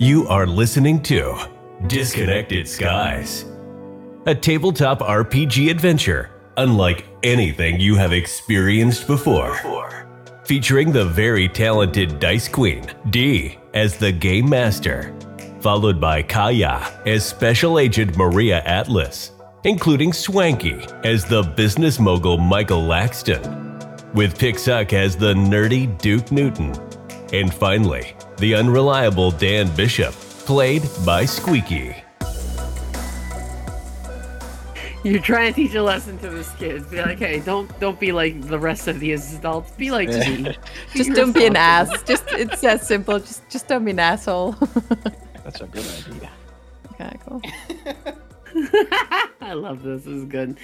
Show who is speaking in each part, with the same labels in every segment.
Speaker 1: You are listening to Disconnected Skies, a tabletop RPG adventure unlike anything you have experienced before. Featuring the very talented Dice Queen, Dee, as the Game Master, followed by Kaya as Special Agent Maria Atlas, including Swanky as the business mogul Michael Laxton, with Pixuck as the nerdy Duke Newton, and finally, the unreliable Dan Bishop, played by Squeaky.
Speaker 2: You're trying to teach a lesson to this kid. Be like, hey, don't don't be like the rest of these adults. Be like me.
Speaker 3: Just don't be an ass. Just it's that simple. Just just don't be an asshole.
Speaker 4: That's a good idea.
Speaker 3: okay, cool.
Speaker 2: I love this. This is good.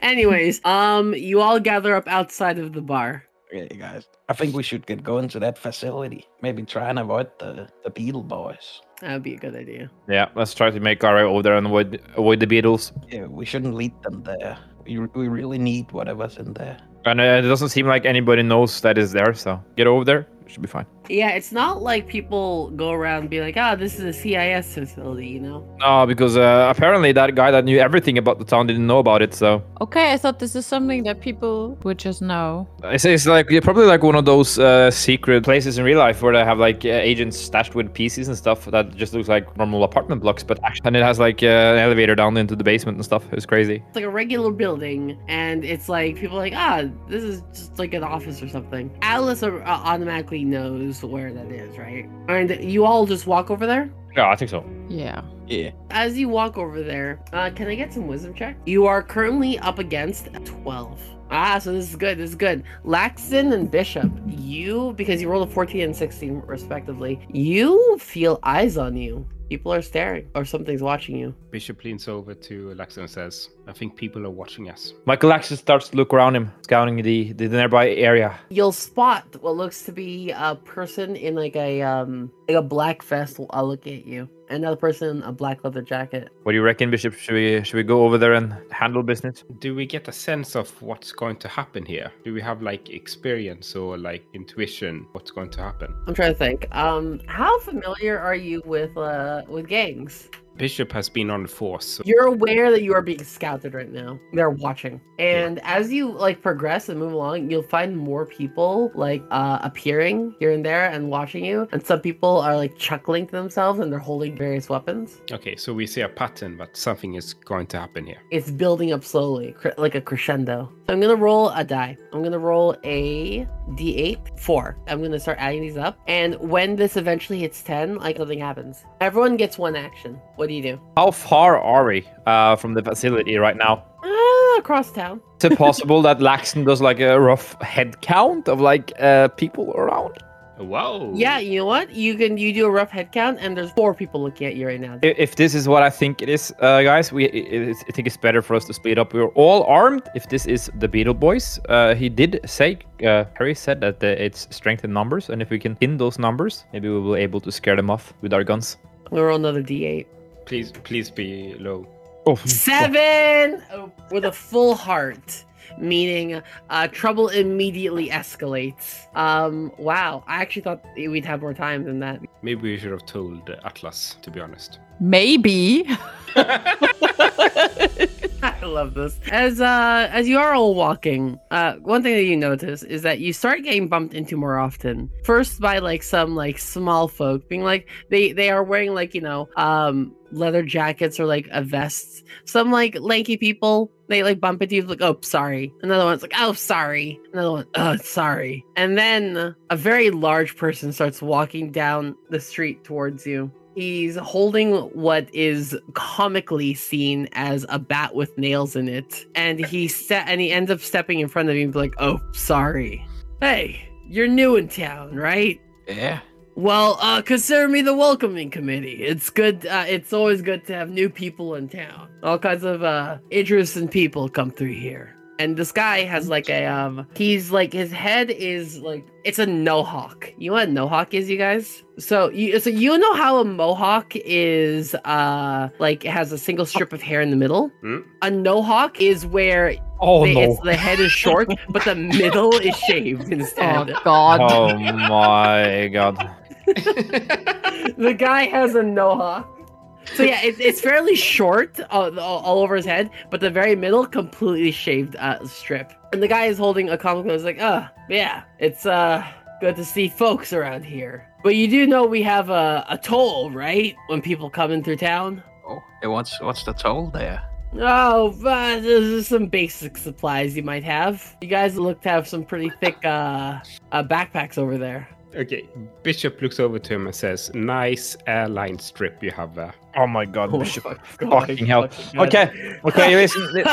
Speaker 2: Anyways, um, you all gather up outside of the bar.
Speaker 4: Okay, guys. I think we should get going to that facility. Maybe try and avoid the, the beetle boys.
Speaker 2: That would be a good idea.
Speaker 5: Yeah, let's try to make our way over there and avoid avoid the beetles.
Speaker 4: Yeah, we shouldn't lead them there. We, we really need whatever's in there.
Speaker 5: And uh, it doesn't seem like anybody knows that is there, so get over there. It should be fine.
Speaker 2: Yeah, it's not like people go around and be like, ah, this is a CIS facility, you know?
Speaker 5: No, because uh, apparently that guy that knew everything about the town didn't know about it. So
Speaker 3: Okay, I thought this is something that people would just know.
Speaker 5: it's, it's like yeah, probably like one of those uh, secret places in real life where they have like uh, agents stashed with PCs and stuff that just looks like normal apartment blocks, but actually, and it has like uh, an elevator down into the basement and stuff. It's crazy.
Speaker 2: It's like a regular building, and it's like people are like, ah, this is just like an office or something. Alice uh, automatically knows where that is, right? And you all just walk over there?
Speaker 5: Yeah, I think so.
Speaker 3: Yeah.
Speaker 4: Yeah.
Speaker 2: As you walk over there, uh, can I get some wisdom check? You are currently up against a 12. Ah, so this is good. This is good. Laxton and Bishop, you, because you rolled a 14 and 16 respectively, you feel eyes on you. People are staring, or something's watching you.
Speaker 6: Bishop leans over to Laxon and says, I think people are watching us.
Speaker 5: Michael actually starts to look around him, scouting the, the nearby area.
Speaker 2: You'll spot what looks to be a person in like a um like a black vest. will uh, look at you. Another person in a black leather jacket.
Speaker 5: What do you reckon, Bishop? Should we should we go over there and handle business?
Speaker 6: Do we get a sense of what's going to happen here? Do we have like experience or like intuition what's going to happen?
Speaker 2: I'm trying to think. Um, how familiar are you with uh with gangs?
Speaker 6: Bishop has been on the force. So
Speaker 2: You're aware that you are being scouted right now. They're watching. And as you like progress and move along, you'll find more people like uh appearing here and there and watching you. And some people are like chuckling to themselves and they're holding various weapons.
Speaker 6: okay, so we see a pattern that something is going to happen here.
Speaker 2: It's building up slowly, cre- like a crescendo. So I'm gonna roll a die. I'm gonna roll a d8, four. I'm gonna start adding these up. And when this eventually hits 10, like something happens. Everyone gets one action. What do you do?
Speaker 5: How far are we uh, from the facility right now?
Speaker 2: Ah, across town.
Speaker 5: Is it possible that Laxton does like a rough head count of like uh, people around?
Speaker 6: Whoa.
Speaker 2: Yeah, you know what? You can you do a rough head count, and there's four people looking at you right now.
Speaker 5: I- If this is what I think it is, uh, guys, we i- i- I think it's better for us to split up. We're all armed. If this is the Beetle Boys, uh, he did say uh, Harry said that uh, it's strength in numbers, and if we can pin those numbers, maybe we will be able to scare them off with our guns.
Speaker 2: We roll another d8.
Speaker 6: Please please be low.
Speaker 5: Oh,
Speaker 2: Seven oh, with a full heart, meaning uh, trouble immediately escalates. Um, wow, I actually thought we'd have more time than that.
Speaker 6: Maybe we should have told Atlas, to be honest.
Speaker 3: Maybe.
Speaker 2: I love this. As uh, as you are all walking, uh, one thing that you notice is that you start getting bumped into more often. First by like some like small folk being like they they are wearing like you know um leather jackets or like a vest. Some like lanky people they like bump into you like oh sorry. Another one's like oh sorry. Another one oh sorry. And then a very large person starts walking down the street towards you. He's holding what is comically seen as a bat with nails in it, and he set and he ends up stepping in front of you and be like, "Oh, sorry. Hey, you're new in town, right?
Speaker 4: Yeah.
Speaker 2: Well, uh, consider me the welcoming committee. It's good. Uh, it's always good to have new people in town. All kinds of uh, interesting people come through here. And this guy has like a um. He's like his head is like it's a nohawk. You know what a nohawk is, you guys? So you so you know how a mohawk is uh like it has a single strip of hair in the middle.
Speaker 6: Hmm?
Speaker 2: A nohawk is where
Speaker 5: oh
Speaker 2: the,
Speaker 5: no!
Speaker 2: it's, the head is short, but the middle is shaved instead.
Speaker 3: Oh God.
Speaker 5: Oh my God!
Speaker 2: the guy has a noha. So yeah, it's, it's fairly short all, all all over his head, but the very middle completely shaved uh, strip. And the guy is holding a comic book. He's like, "Oh, yeah, it's uh good to see folks around here." But you do know we have a, a toll, right? When people come in through town.
Speaker 4: Oh, hey, what's what's the toll there?
Speaker 2: Oh, uh, there's some basic supplies you might have. You guys look to have some pretty thick uh, uh backpacks over there.
Speaker 6: Okay, Bishop looks over to him and says, "Nice airline strip you have there."
Speaker 5: Oh my god,
Speaker 2: Oh,
Speaker 5: Bishop.
Speaker 2: fuck.
Speaker 5: Fucking hell.
Speaker 2: Fucking god.
Speaker 5: Okay, okay, listen. li-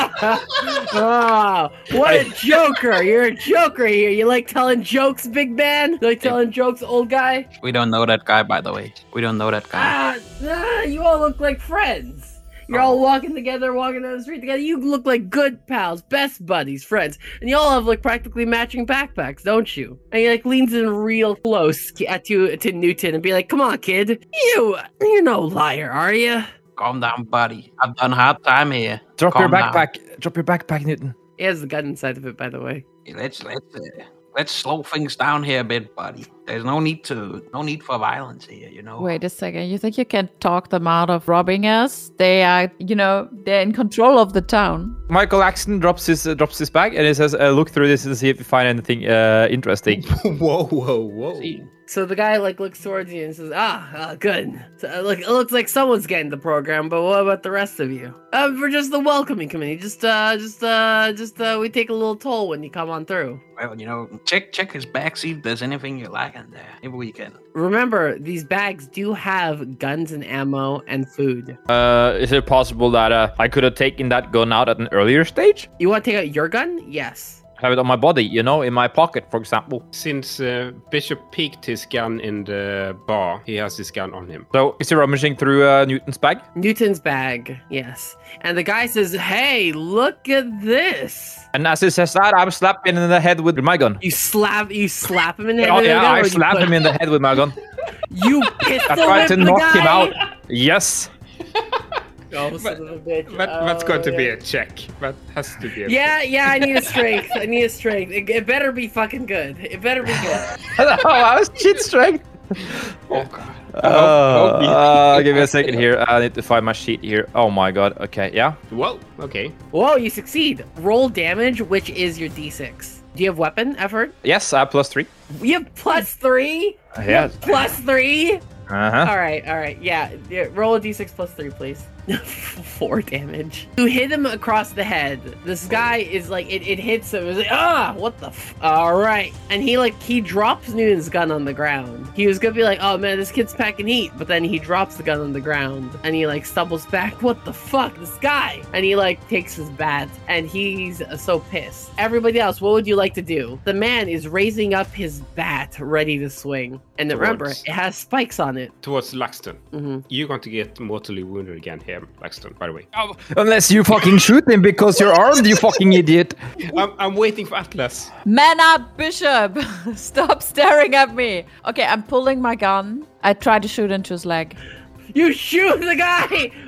Speaker 2: oh, what a joker! You're a joker here. You like telling jokes, big man? You like telling jokes, old guy?
Speaker 4: We don't know that guy, by the way. We don't know that guy.
Speaker 2: Ah, ah, you all look like friends. You're all walking together, walking down the street together. You look like good pals, best buddies, friends, and you all have like practically matching backpacks, don't you? And he like leans in real close at you to Newton and be like, "Come on, kid, you you're no liar, are you?"
Speaker 4: Calm down, buddy. I've done hard time here.
Speaker 5: Drop
Speaker 4: Calm
Speaker 5: your
Speaker 4: down.
Speaker 5: backpack. Drop your backpack, Newton.
Speaker 2: He has a gun inside of it, by the way.
Speaker 4: Let's let's uh, let's slow things down here a bit, buddy. There's no need to no need for violence here, you
Speaker 7: Oh.
Speaker 4: know.
Speaker 3: Wait a second. You think you can talk them out of robbing us? They are, you know, they're in control of the town.
Speaker 5: Michael Axton drops his uh, drops his bag and he says, uh, "Look through this and see if you find anything uh, interesting."
Speaker 6: whoa, whoa, whoa!
Speaker 4: See,
Speaker 2: So the guy like looks towards you and says, "Ah, ah good. So, uh, look, it looks like someone's getting the program, but what about the rest of you? Uh, we're just the welcoming committee. Just, uh, just, uh, just, uh, we take a little toll when you come on through.
Speaker 4: well, you know, check check his back, see if there's anything you like in there. Maybe we can.
Speaker 2: Remember, these bags do have guns and ammo and food.
Speaker 5: Uh, is it possible that uh, I could have taken that gun out at an earlier stage?
Speaker 2: You want to take out your gun? Yes.
Speaker 5: Have it on my body, you know, in my pocket, for example.
Speaker 6: Since uh, Bishop peeked his gun in the bar, he has his gun on him.
Speaker 5: So, is he rummaging through uh, Newton's bag?
Speaker 2: Newton's bag. Yes. And the guy says, "Hey, look at this."
Speaker 5: And as he says that, I'm slapping him in the head with my gun.
Speaker 2: You slap, you slap him in the head.
Speaker 5: Oh
Speaker 2: with a
Speaker 5: yeah,
Speaker 2: gun, or
Speaker 5: I
Speaker 2: you
Speaker 5: slap
Speaker 2: put-
Speaker 5: him in the head with my gun.
Speaker 2: You pistol
Speaker 5: I tried
Speaker 2: whip
Speaker 5: to
Speaker 2: the
Speaker 5: knock him
Speaker 2: guy?
Speaker 5: out. Yes.
Speaker 2: Oh, son of a bitch.
Speaker 6: That, that's going to
Speaker 2: Oh,
Speaker 6: be
Speaker 2: yeah.
Speaker 6: a check. That has to be. A
Speaker 2: Yeah, yeah, I need a strength. I need a strength. It, it better be fucking good. It better be good.
Speaker 5: oh, I was shit strength.
Speaker 4: Oh god.
Speaker 5: Uh, uh, give me a second here. I need to find my sheet here. Oh my god. Okay, yeah.
Speaker 6: Well, okay.
Speaker 2: Whoa, you succeed. Roll damage, which is your d6. Do you have weapon effort?
Speaker 5: Yes, I have plus three.
Speaker 2: You have plus three?
Speaker 5: Yeah.
Speaker 2: Plus three?
Speaker 5: Uh huh.
Speaker 2: All right, all right. Yeah, yeah, roll a d6 plus three, please. Four damage. Oh. You hit him across the head. This guy is like, it, it hits him. It's like, ah, what the f? All right. And he, like, he drops Newton's gun on the ground. He was gonna be like, oh man, this kid's packing heat. But then he drops the gun on the ground and he, like, stumbles back. What the fuck? This guy. And he, like, takes his bat and he's uh, so pissed. Everybody else, what would you like to do? The man is raising up his bat, ready to swing. And remember,
Speaker 6: Towards-
Speaker 2: it has spikes on it.
Speaker 6: Towards Laxton,
Speaker 2: hmm
Speaker 6: you're going to get mortally wounded again here, Laxton. By the way,
Speaker 5: Unless you fucking shoot him because you're armed, you fucking idiot.
Speaker 6: I'm, I'm waiting for Atlas.
Speaker 3: Man up, Bishop! Stop staring at me. Okay, I'm pulling my gun. I try to shoot into his leg.
Speaker 2: You shoot the guy.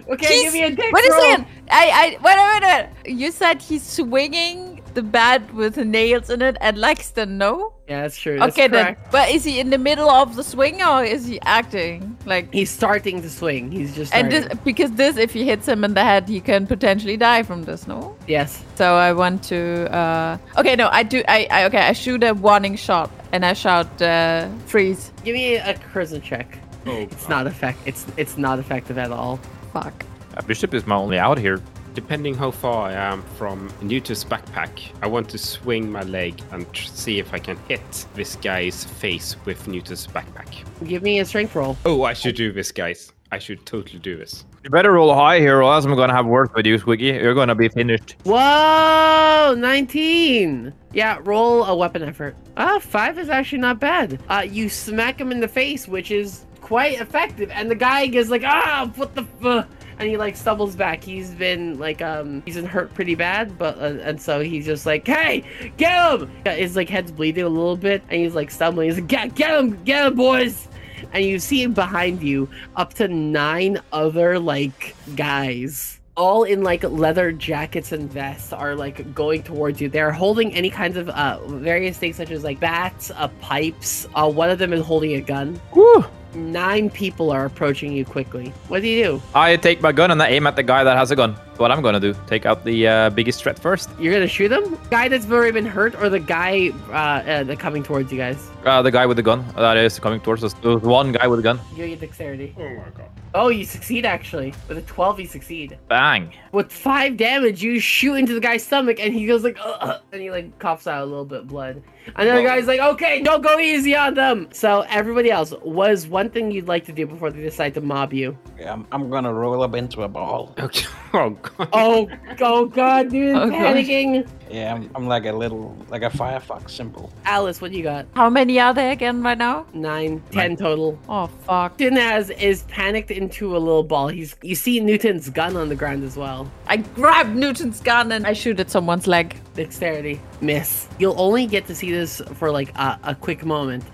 Speaker 2: Okay, give
Speaker 3: He's-
Speaker 2: me a dick
Speaker 3: Wait a
Speaker 2: roll.
Speaker 3: second. I, I, wait a minute. You said he's swinging the bat with nails in it at Lexton, no?
Speaker 2: Yeah, that's true. That's
Speaker 3: okay,
Speaker 2: correct.
Speaker 3: then. But is he in the middle of the swing or is he acting? Like,
Speaker 2: He's starting to swing. He's just
Speaker 3: and this,
Speaker 2: starting.
Speaker 3: because this, if he hits him in the head, he can potentially die from this, no?
Speaker 2: yes.
Speaker 3: So I want to. Uh, okay, no, I do. I, I okay, I shoot a warning shot and I shout uh, freeze.
Speaker 2: Give me a charisma check.
Speaker 6: Oh,
Speaker 2: It's not effect. It's it's not effective at all.
Speaker 3: Fuck.
Speaker 5: Uh, Bishop is my only out here.
Speaker 6: Depending how far I am from Newton's backpack, I want to swing my leg and tr- see if I can hit this guy's face with Newton's backpack.
Speaker 2: Give me a strength roll.
Speaker 6: Oh, I should do this, guys. I should totally do this.
Speaker 5: You better roll high here, or else I'm gonna have words with you, Squiggy. You're gonna be finished.
Speaker 2: Whoa, 19. Yeah, roll a weapon effort. Ah, five is actually not bad. Uh, you smack him in the face, which is quite effective, and the guy gets like, ah, what the f-? And he like stumbles back. He's been like, um, he's been hurt pretty bad, but uh, and so he's just like, hey, get him! Yeah, His like head's bleeding a little bit, and he's like stumbling. He's like, get, get him, get him, boys! And you see behind you up to nine other like guys all in like leather jackets and vests are like going towards you. They're holding any kinds of uh, various things such as like bats, uh, pipes. Uh, one of them is holding a gun.
Speaker 5: Whew.
Speaker 2: Nine people are approaching you quickly. What do you do?
Speaker 5: I take my gun and I aim at the guy that has a gun. That's what I'm gonna do. Take out the uh, biggest threat first.
Speaker 2: You're gonna shoot them? Guy that's already been hurt, or the guy uh, uh, that coming towards you guys?
Speaker 5: Uh, the guy with the gun that is coming towards us. There was one guy with a gun.
Speaker 2: You get dexterity.
Speaker 6: Oh my god.
Speaker 2: Oh, you succeed actually. With a twelve, you succeed.
Speaker 5: Bang.
Speaker 2: With five damage, you shoot into the guy's stomach, and he goes like, Ugh, and he like coughs out a little bit of blood. Another
Speaker 4: Whoa.
Speaker 2: guy's like, okay, don't go easy on them. So everybody else, what is one thing you'd like to do before they decide to mob you?
Speaker 4: Yeah, I'm, I'm gonna roll up into a ball.
Speaker 6: Okay. Oh god.
Speaker 2: Oh, oh God, dude,
Speaker 3: Oh, gosh.
Speaker 2: panicking.
Speaker 4: Yeah, I'm, I'm like a little, like a Firefox symbol.
Speaker 2: Alice, what you got?
Speaker 3: How many are there again right now?
Speaker 2: Nine, ten total.
Speaker 3: Oh fuck!
Speaker 2: Newton has is panicked into a little ball. He's you see Newton's gun on the ground as well.
Speaker 3: I grab Newton's gun and I shoot at someone's leg.
Speaker 2: Dexterity miss. You'll only get to see this for like a, a quick moment,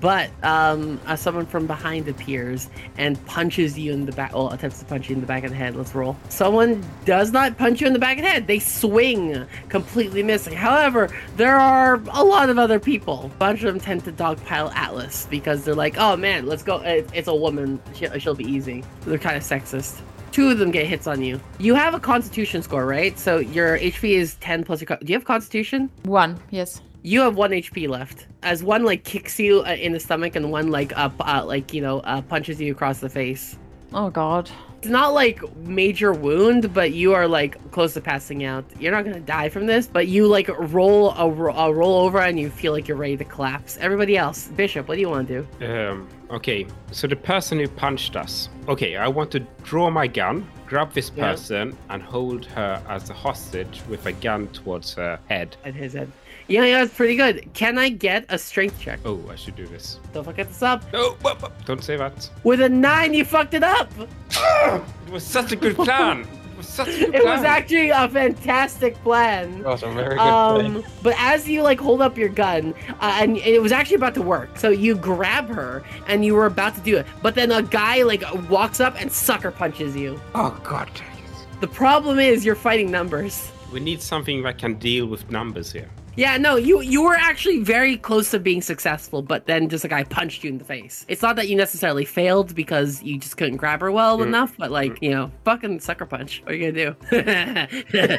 Speaker 2: but um, uh, someone from behind appears and punches you in the back. Well, attempts to punch you in the back of the head. Let's roll. Someone does not punch you in the back of the head. They swing, completely missing. However, there are a lot of other people. A bunch of them tend to dogpile Atlas because they're like, "Oh man, let's go. It, it's a woman. She, she'll be easy." They're kind of sexist two of them get hits on you. You have a constitution score, right? So your HP is 10 plus your con- Do you have constitution?
Speaker 3: One, yes.
Speaker 2: You have 1 HP left. As one like kicks you uh, in the stomach and one like up uh, like, you know, uh, punches you across the face.
Speaker 3: Oh god.
Speaker 2: It's not like major wound, but you are like close to passing out. You're not gonna die from this, but you like roll a, ro- a roll over and you feel like you're ready to collapse. Everybody else, Bishop, what do you want to do?
Speaker 6: Um, okay, so the person who punched us. Okay, I want to draw my gun, grab this
Speaker 2: Yeah.
Speaker 6: person, and hold her as a hostage with a gun towards her head.
Speaker 2: At his head. Yeah, yeah, it's pretty good. Can I get a strength check?
Speaker 6: Oh, I should do this.
Speaker 2: Don't fuck this up.
Speaker 6: No, but- but- don't say that.
Speaker 2: With a nine, you fucked it up.
Speaker 6: It was such a good plan. It was such a good
Speaker 2: It
Speaker 6: plan.
Speaker 2: was actually a fantastic plan.
Speaker 4: That was a very good
Speaker 2: Um, but as you like hold up your gun, uh, and it was actually about to work, so you grab her and you were about to do it, but then a guy like walks up and sucker punches you.
Speaker 6: oh god, dang it.
Speaker 2: The problem is you're fighting numbers.
Speaker 6: we need something that can deal with numbers here.
Speaker 2: Yeah, no, you you were actually very close to being successful, but then just a guy punched you in the face. It's not that you necessarily failed because you just couldn't grab her well enough, but like you know, fucking sucker punch. What are you gonna do?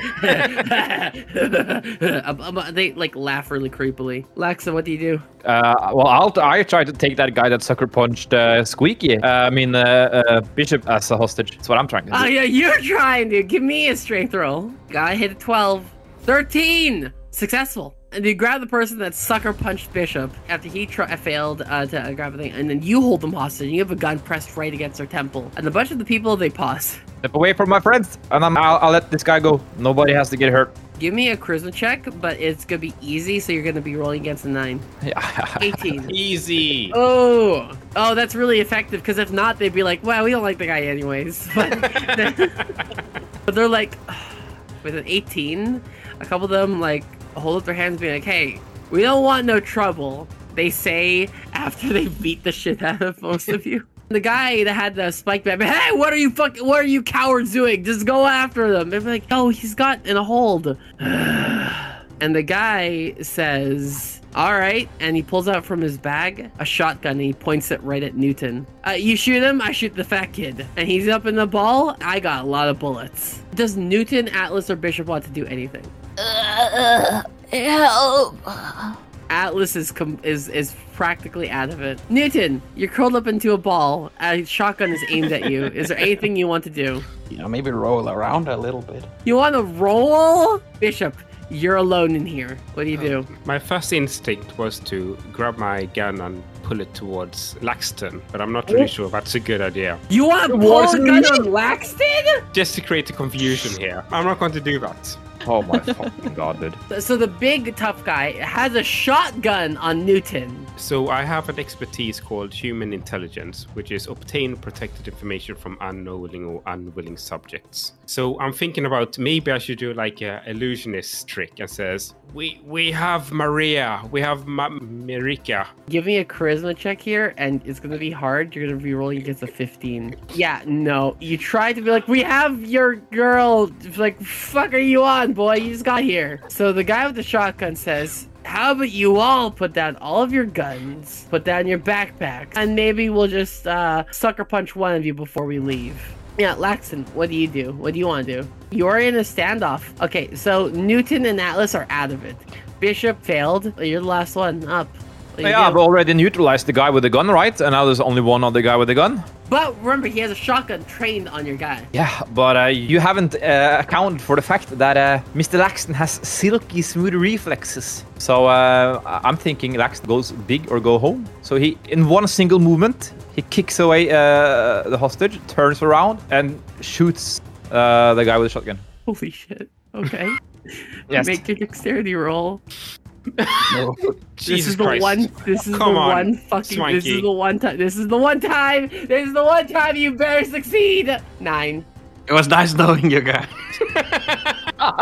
Speaker 2: Um, um, they like laugh really creepily. Laxa, what do you do?
Speaker 5: Uh, well, I'll I try to take that guy that sucker punched uh, Squeaky. Uh, I mean uh, uh, Bishop as a hostage. That's what I'm trying to do.
Speaker 2: Oh yeah, you're trying to give me a strength roll. Gotta hit a 12. 13! Successful. And you grab the person that sucker punched Bishop after he tr- failed uh, to uh, grab the thing, and then you hold them hostage. And you have a gun pressed right against their temple. And a bunch of the people, they pause.
Speaker 5: Step away from my friends, and I'm, I'll, I'll let this guy go. Nobody has to get hurt.
Speaker 2: Give me a charisma check, but it's gonna be easy, so you're gonna be rolling against a 9.
Speaker 5: Yeah.
Speaker 2: 18.
Speaker 6: Easy.
Speaker 2: Oh, oh, that's really effective. Because if not, they'd be like, "Well, we don't like the guy anyways." But, but they're like, with an 18, a couple of them like hold up their hands, being like, "Hey, we don't want no trouble." They say after they beat the shit out of most of you. The guy that had the spike bat, hey, what are you fucking, what are you cowards doing? Just go after them. They're like, oh, he's got in a hold. And the guy says, All right. And he pulls out from his bag a shotgun and he points it right at Newton. Uh, you shoot him, I shoot the fat kid. And he's up in the ball. I got a lot of bullets. Does Newton, Atlas, or Bishop want to do anything?
Speaker 3: help!
Speaker 2: Atlas is com- is is practically out of it. Newton, you're curled up into a ball. A shotgun is aimed at you. Is there anything you want to do?
Speaker 4: You know, maybe roll around a little bit.
Speaker 2: You want to roll, Bishop? You're alone in here. What do you do?
Speaker 6: My first instinct was to grab my gun and pull it towards Laxton, but I'm not really
Speaker 2: Oh.
Speaker 6: sure that's a good idea.
Speaker 2: You want to pull a gun on Laxton?
Speaker 6: Just to create the confusion here. I'm not going to do that.
Speaker 5: oh my fucking god, dude.
Speaker 2: So the big tough guy has a shotgun on Newton.
Speaker 6: So I have an expertise called human intelligence, which is obtain protected information from unknowing or unwilling subjects. So I'm thinking about maybe I should do like a illusionist trick and says, "We we have Maria, we have Ma- Marika."
Speaker 2: Give me a charisma check here, and it's gonna be hard. You're gonna be rolling against a 15. Yeah, no. You try to be like, we have your girl. It's Like, fuck are you on, boy? You just got here. So the guy with the shotgun says, how about you all put down all of your guns, put down your backpacks, and maybe we'll just uh, sucker punch one of you before we leave. Yeah, Laxon, what do you do? What do you want to do? You're in a standoff. Okay, so Newton and Atlas are out of it. Bishop failed. You're the last one up. What do you
Speaker 5: Yeah,
Speaker 2: do?
Speaker 5: I've already neutralized the guy with the gun, right? And now there's only one other guy with a gun.
Speaker 2: But remember, he has a shotgun trained on your guy.
Speaker 5: Yeah, but uh, you haven't uh, accounted for the fact that uh, Mr. Laxton has silky smooth reflexes. So uh, I- I'm thinking Laxton goes big or go home. So he, in one single movement, he kicks away uh, the hostage, turns around, and shoots uh, the guy with the shotgun.
Speaker 2: Holy shit. Okay.
Speaker 5: Yes.
Speaker 2: Make your dexterity roll. this
Speaker 6: Jesus
Speaker 2: is the
Speaker 6: Christ.
Speaker 2: one. This is
Speaker 6: Come
Speaker 2: the
Speaker 6: on,
Speaker 2: one fucking. This
Speaker 6: Swanky.
Speaker 2: is the one time. This is the one time. This is the one time you better succeed. Nine.
Speaker 4: It was nice knowing you guys.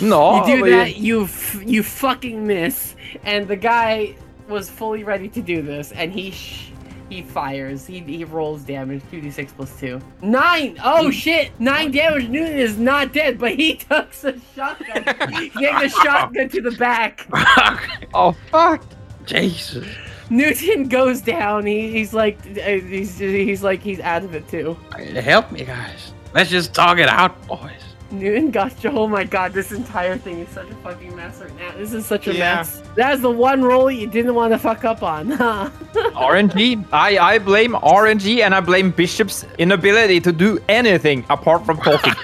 Speaker 5: no,
Speaker 2: you do
Speaker 5: but you-
Speaker 2: that. You f- you fucking miss. And the guy was fully ready to do this, and he sh- he fires. He he rolls damage. Two d six plus two. Nine. Oh shit! Nine damage. Newton is not dead, but he took the shotgun. he gave the shotgun to the back.
Speaker 5: Oh fuck!
Speaker 4: Jesus.
Speaker 2: Newton goes down. He, he's like uh, he's he's like he's out of it too.
Speaker 4: Help me, guys. Let's just talk it out, boys.
Speaker 2: Newton got you. Oh my god, this entire thing is such a fucking mess right now. This is such a
Speaker 6: Yeah.
Speaker 2: mess. That's the one role you didn't want to fuck up on. huh?
Speaker 5: RNG. I I blame RNG and I blame Bishop's inability to do anything apart from talking.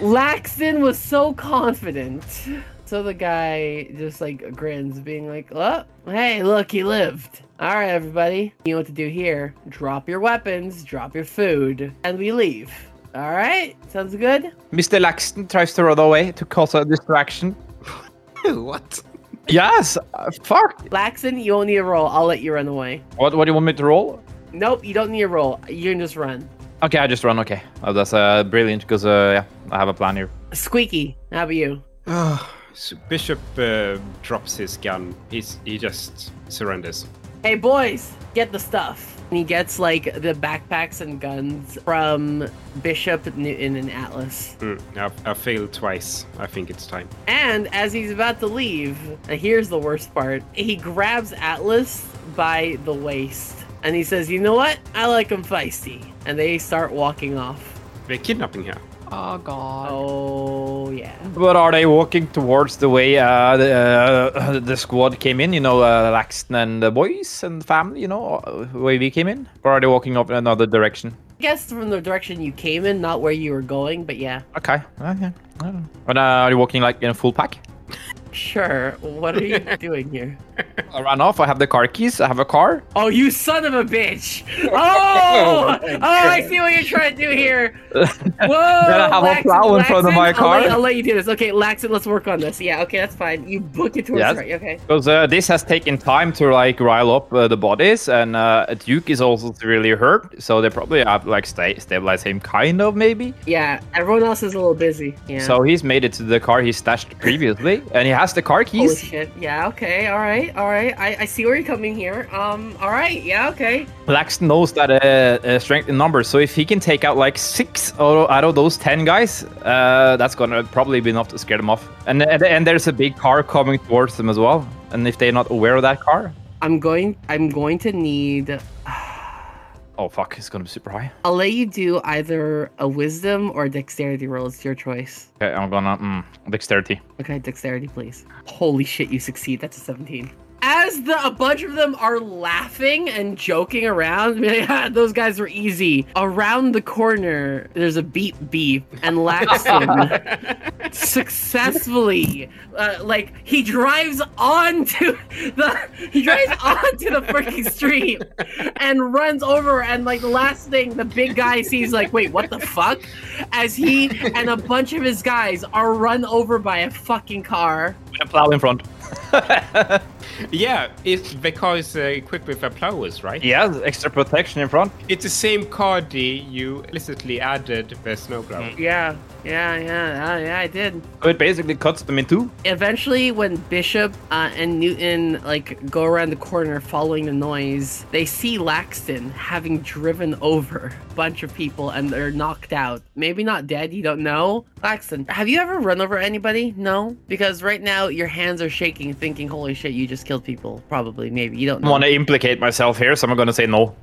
Speaker 2: Laxton was so confident. So the guy just like grins, being like, oh, hey, look, he lived. All right, everybody. You know what to do here. Drop your weapons, drop your food, and we leave. All right, sounds good?
Speaker 5: Mr. Laxton tries to run away to cause a distraction.
Speaker 4: what?
Speaker 5: Yes, uh, fuck.
Speaker 2: Laxton, you don't need a roll. I'll let you run away.
Speaker 5: What, what do you want me to roll?
Speaker 2: Nope, you don't need a roll. You can just run.
Speaker 5: Okay, I just run. Okay, oh, that's uh, brilliant because uh, yeah, I have a plan here.
Speaker 2: Squeaky, how about you?
Speaker 6: Ah, So Bishop uh, drops his gun. He's he just surrenders.
Speaker 2: Hey, boys, get the stuff. And he gets like the backpacks and guns from Bishop, Newton, and Atlas.
Speaker 6: Mm, I, I failed twice. I think it's time.
Speaker 2: And as he's about to leave, and here's the worst part he grabs Atlas by the waist and he says, You know what? I like him feisty. And they start walking off.
Speaker 6: They're kidnapping her.
Speaker 4: Oh, God.
Speaker 2: Oh, yeah.
Speaker 5: But are they walking towards the way uh, the, uh, the squad came in? You know, uh, Laxton and the boys and family. You know, uh, the way we came in. Or are they walking off in another direction?
Speaker 2: I guess from the direction you came in, not where you were going, but yeah.
Speaker 5: Okay. Okay. I don't know. And uh, are they walking like in a full pack?
Speaker 2: Sure. What are you doing here?
Speaker 5: I ran off. I have the car keys. I have a car.
Speaker 2: Oh, you son of a bitch! Oh, oh, I see what you're trying to do here. Whoa!
Speaker 5: I have a
Speaker 2: Laxon,
Speaker 5: plow in front of
Speaker 2: Laxon,
Speaker 5: my
Speaker 2: I'll
Speaker 5: car.
Speaker 2: let, I'll let you do this. Okay, Laxon, let's work on this. Yeah, okay, that's fine. You book it towards
Speaker 5: Yes.
Speaker 2: the right. Okay.
Speaker 5: Because uh, this has taken time to like rile up uh, the bodies, and uh, Duke is also really hurt, so they probably have like sta- stabilize him, kind of maybe.
Speaker 2: Yeah, everyone else is a little busy. Yeah.
Speaker 5: So he's made it to the car he stashed previously, and he has the car
Speaker 2: Holy
Speaker 5: keys.
Speaker 2: shit. Yeah, okay, all right, all right. I, I see where you're coming here. Um, all right, yeah, okay.
Speaker 5: Laxton knows that uh, uh, strength in numbers, so if he can take out like six out out of those ten guys, uh, that's gonna probably be enough to scare them off. And and, and there's a big car coming towards them as well, and if they're not aware of that car,
Speaker 2: I'm going I'm going to need
Speaker 5: oh fuck, it's gonna be super high.
Speaker 2: I'll let you do either a wisdom or dexterity roll. It's your choice.
Speaker 5: Okay, I'm gonna mm, dexterity.
Speaker 2: Okay, dexterity, please. Holy shit, you succeed. That's a 17. As the a bunch of them are laughing and joking around, be like, "Ah, those guys were easy. Around the corner, there's a beep beep, and Laxton successfully, uh, like he drives onto the he drives onto the freaking street and runs over, and like the last thing the big guy sees, like, wait, what the fuck? as he and a bunch of his guys are run over by a fucking car.
Speaker 5: With a plow in front.
Speaker 6: Yeah, it's the car is uh, equipped with a plowers, right?
Speaker 5: yeah, extra protection in front.
Speaker 6: It's the same card D you explicitly added the snow plow.
Speaker 2: Yeah, yeah, yeah, yeah, yeah, I did.
Speaker 5: So it basically cuts them in two.
Speaker 2: Eventually, when Bishop uh, and Newton like go around the corner following the noise, they see Laxton having driven over a bunch of people and they're knocked out. Maybe not dead, you don't know. Laxton, have you ever run over anybody? No, because right now your hands are shaking, thinking, "Holy shit, you just killed people." Probably, maybe you don't
Speaker 5: I
Speaker 2: know.
Speaker 5: want to implicate myself here, so I'm gonna say no.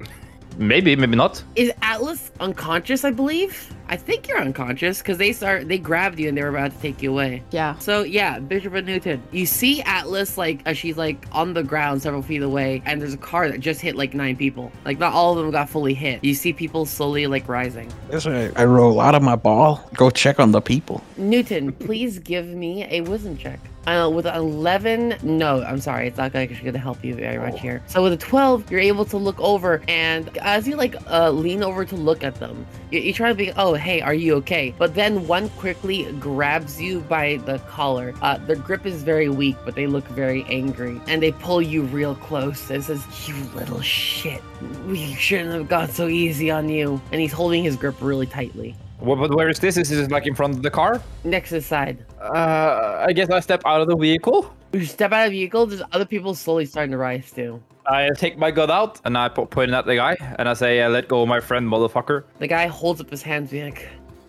Speaker 5: Maybe, maybe not.
Speaker 2: Is Atlas unconscious? I believe. I think you're unconscious because they start they grabbed you and they were about to take you away.
Speaker 3: Yeah.
Speaker 2: So yeah, Bishop of Newton. You see Atlas like uh, she's like on the ground several feet away, and there's a car that just hit like nine people. Like not all of them got fully hit. You see people slowly like rising.
Speaker 7: That's right. I roll out of my ball. Go check on the people.
Speaker 2: Newton, please give me a wisdom check. Uh, with an 11, no, I'm sorry, it's not going to help you very much here. So with a 12, you're able to look over, and as you like uh, lean over to look at them, you, you try to be, oh hey, are you okay? But then one quickly grabs you by the collar. Uh, their grip is very weak, but they look very angry, and they pull you real close and says, "You little shit, we shouldn't have gone so easy on you." And he's holding his grip really tightly.
Speaker 5: Wh- but Where is this? Is this like in front of the car?
Speaker 2: Next to the side.
Speaker 5: Uh, I guess I step out of the vehicle.
Speaker 2: When you step out of the vehicle, there's other people slowly starting to rise too.
Speaker 5: I take my gun out and I po- point it at the guy and I say, uh, "Let go, of my friend, motherfucker."
Speaker 2: The guy holds up his hands, being like,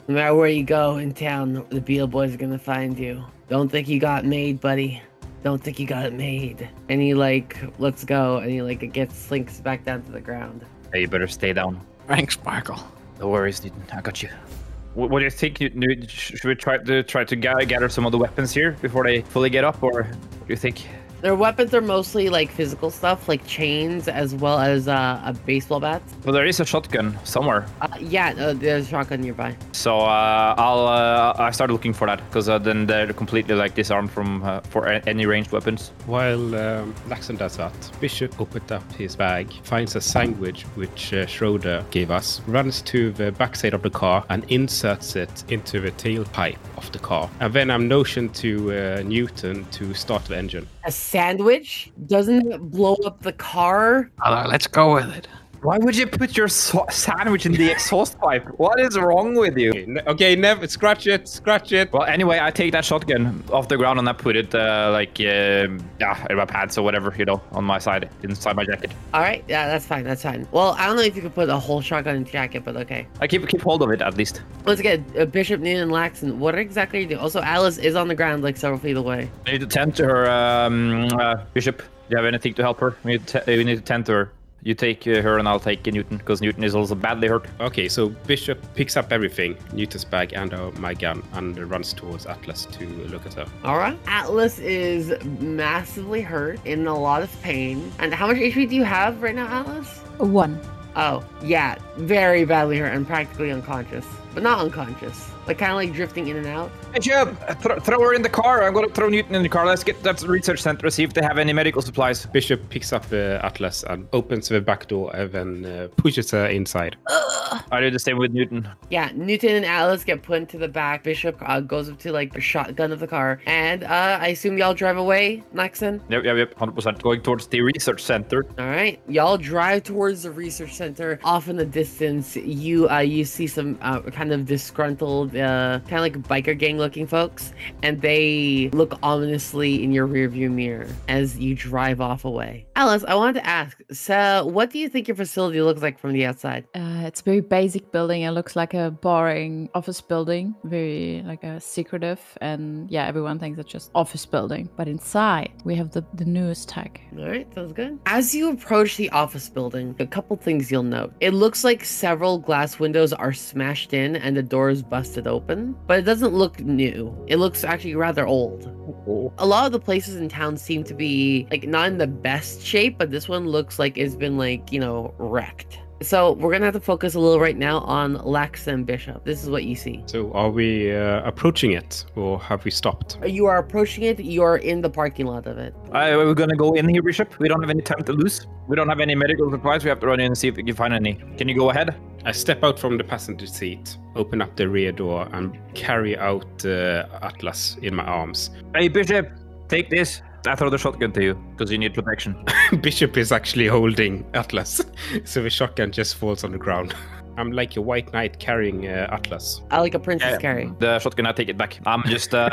Speaker 2: No matter where you go in town, the Beetle Boys are gonna find you. Don't think you got made, buddy. Don't think you got it made. And he like lets go, and he like gets slinks back down to the ground.
Speaker 5: Hey, you better stay down.
Speaker 4: Thanks, Michael.
Speaker 5: No worries, dude. I got you. What, what do you think? You, you- sh- should we try to try to ga- gather some of the weapons here before they fully get up, or do you think?
Speaker 2: Their weapons are mostly like physical stuff, like chains as well as uh, a baseball bat.
Speaker 5: Well, there is a shotgun somewhere,
Speaker 2: Uh, yeah, uh, there's a shotgun nearby.
Speaker 5: so uh, I'll uh, I start looking for that because uh, then they're completely like disarmed from uh, for a- any ranged weapons.
Speaker 6: While um, Laxon does that, Bishop opens up his bag, finds a sandwich which uh, Schroeder gave us, runs to the backside of the car and inserts it into the tailpipe of the car. And then I'm notion to uh, Newton to start the engine.
Speaker 2: A sandwich doesn't it blow up the car.
Speaker 4: Alright, let's go with it.
Speaker 5: Why would you put your sandwich in the exhaust pipe? What is wrong with you?
Speaker 6: Okay, ne- okay never scratch it, scratch it.
Speaker 5: Well, anyway, I take that shotgun off the ground and I put it uh, like uh, yeah in my pants or whatever, you know, on my side inside my jacket.
Speaker 2: All right, yeah, that's fine, that's fine. Well, I don't know if you could put a whole shotgun in the jacket, but okay.
Speaker 5: I keep keep hold of it at least.
Speaker 2: Let's get uh, Bishop Newton Laxon. What exactly are you doing? Also, Alice is on the ground, like several feet away.
Speaker 5: We need to tend to her, um, uh, Bishop. Do you have anything to help her? We need to, we need to tend to her. You take uh, her and I'll take uh, Newton because Newton is also badly hurt.
Speaker 6: Okay, so Bishop picks up everything, Newton's bag and uh, my gun, and runs towards Atlas to look at her.
Speaker 2: All right. Atlas is massively hurt, in a lot of pain. And how much HP do you have right now, Atlas?
Speaker 3: One.
Speaker 2: Oh, yeah, very badly hurt and practically unconscious, but not unconscious. Like kind of like drifting in and out.
Speaker 5: Bishop, throw, throw her in the car. I'm gonna throw Newton in the car. Let's get that research center see if they have any medical supplies.
Speaker 6: Bishop picks up the Atlas and opens the back door and then uh, pushes her inside.
Speaker 5: I do the same with Newton.
Speaker 2: Yeah, Newton and Atlas get put into the back. Bishop uh, goes up to like the shotgun of the car, and uh, I assume y'all drive away, Laxon.
Speaker 5: Yep, yep, yep. 100% going towards the research center.
Speaker 2: All right, y'all drive towards the research center. Off in the distance, you uh, you see some uh, kind of disgruntled, uh, kind of like biker gang looking folks, and they look ominously in your rearview mirror as you drive off away. Alice, I wanted to ask, so what do you think your facility looks like from the outside?
Speaker 3: Uh, it's a very basic building. It looks like a boring office building, very like a secretive, and yeah, everyone thinks it's just office building. But inside, we have the the newest tech.
Speaker 2: All right, sounds good. As you approach the office building, a couple things you'll note. It looks like several glass windows are smashed in and the doors busted open, but it doesn't look new. It looks actually rather old. A lot of the places in town seem to be like not in the best shape, but this one looks like it's been like, you know, wrecked. So we're gonna have to focus a little right now on Lax and Bishop. This is what you see.
Speaker 6: So are we uh, approaching it or have we stopped?
Speaker 2: You are approaching it, you are in the parking lot of it.
Speaker 5: Uh, we're gonna go in here, Bishop. We don't have any time to lose. We don't have any medical supplies. We have to run in and see if we can find any. Can you go ahead?
Speaker 6: I step out from the passenger seat, open up the rear door, and carry out uh, Atlas in my arms.
Speaker 5: Hey, Bishop, take this. I throw the shotgun to you because you need protection.
Speaker 6: Bishop is actually holding Atlas, so the shotgun just falls on the ground. I'm like a white knight carrying uh, Atlas.
Speaker 2: I like a princess
Speaker 5: Yeah.
Speaker 2: carrying.
Speaker 5: The shotgun, I take it back. I'm just, uh,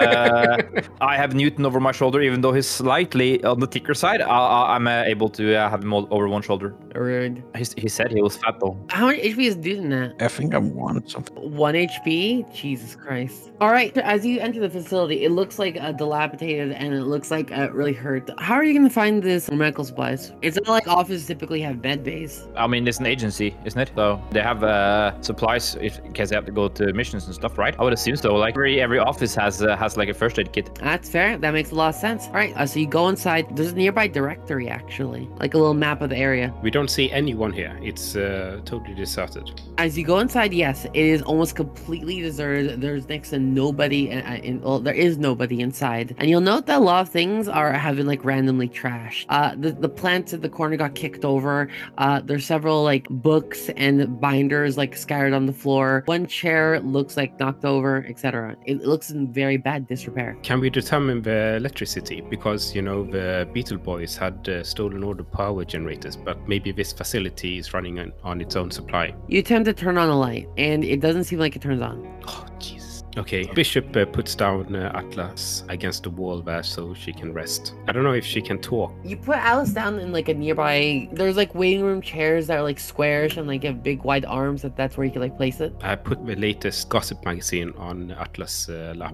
Speaker 5: I have Newton over my shoulder, even though he's slightly on the thicker side. I, I, I'm uh, able to uh, have him all over one shoulder.
Speaker 2: Rude.
Speaker 5: He, he said he was fat though.
Speaker 2: How much HP is doing that?
Speaker 7: I think I'm one something.
Speaker 2: One HP? Jesus Christ. All right. As you enter the facility, it looks like uh, dilapidated and it looks like uh, really hurt. How are you going to find this medical supplies? It's not like offices typically have bed bays.
Speaker 5: I mean, it's an agency, isn't it? So they have uh, supplies if, in case they have to go to missions and stuff, right? I would assume so. Like every every office has uh, has like a first aid kit.
Speaker 2: That's fair. That makes a lot of sense. All right. Uh, so you go inside. There's a nearby directory, actually, like a little map of the area.
Speaker 6: We don't see anyone here. It's uh, totally deserted.
Speaker 2: As you go inside, yes, it is almost completely deserted. There's next to nobody, and uh, in, well, there is nobody inside. And you'll note that a lot of things are have been like randomly trashed. Uh, the the plants at the corner got kicked over. Uh, there's several like books and binders like scattered on the floor. One chair looks like knocked over, etc. It looks in very bad disrepair.
Speaker 6: Can we determine the electricity? Because, you know, the Beetle Boys had uh, stolen all the power generators, but maybe this facility is running on, on its own supply.
Speaker 2: You attempt to turn on a light, and it doesn't seem like it turns on.
Speaker 6: Oh, Jesus. Okay, Bishop uh, puts down uh, Atlas against the wall there so she can rest. I don't know if she can talk.
Speaker 2: You put Alice down in like a nearby. There's like waiting room chairs that are like squarish and like have big wide arms. That that's where you can like place it.
Speaker 6: I put the latest gossip magazine on Atlas' uh, lap.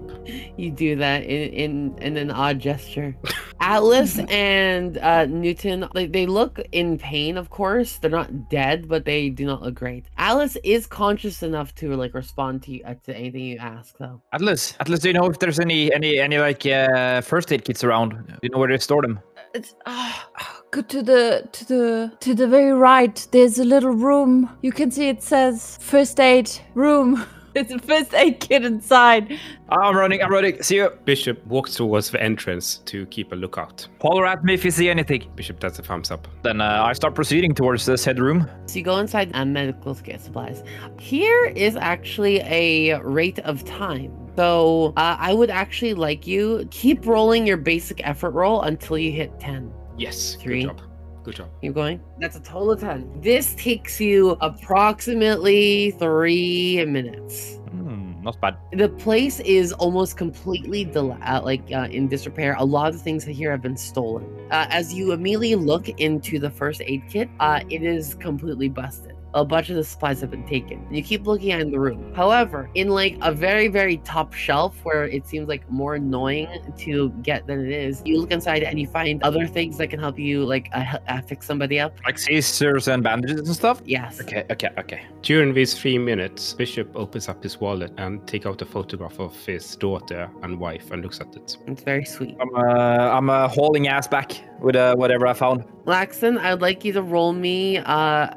Speaker 2: You do that in in, in an odd gesture. Atlas and uh, Newton, like they look in pain. Of course, they're not dead, but they do not look great. Alice is conscious enough to like respond to you, uh, to anything you ask, though.
Speaker 5: Atlas, Atlas, do you know if there's any any any like uh, first aid kits around? Do you know where they store them?
Speaker 3: It's, ah, ah, go to the to the to the very right. There's a little room. You can see it says first aid room. It's a first aid kit inside.
Speaker 5: Ah, I'm running. I'm running. See you.
Speaker 6: Bishop walks towards the entrance to keep a lookout.
Speaker 5: Holler at me if you see anything.
Speaker 6: Bishop does a thumbs up.
Speaker 5: Then uh, I start proceeding towards the said room.
Speaker 2: So you go inside and medical s- get supplies. Here is actually a rate of time. So uh, I would actually like you keep rolling your basic effort roll until you hit ten.
Speaker 6: Yes,
Speaker 2: Three.
Speaker 6: good job. Good job.
Speaker 2: Keep going. That's a total of 10. This takes you approximately three minutes.
Speaker 5: Hmm, not bad.
Speaker 2: The place is almost completely del- uh, like uh, in disrepair. A lot of the things here have been stolen. Uh, as you immediately look into the first aid kit, uh, it is completely busted. A bunch of the supplies have been taken. You keep looking at in the room. However, in like a very, very top shelf where it seems like more annoying to get than it is, you look inside and you find other things that can help you like uh, he- uh, fix somebody up.
Speaker 5: Like scissors and bandages and stuff.
Speaker 2: Yes.
Speaker 5: Okay, okay, okay.
Speaker 6: During these three minutes, Bishop opens up his wallet and takes out a photograph of his daughter and wife and looks at it.
Speaker 2: It's very sweet.
Speaker 5: I'm uh, I'm uh, hauling ass back with uh, whatever I found.
Speaker 2: Laxton, I'd like you to roll me uh,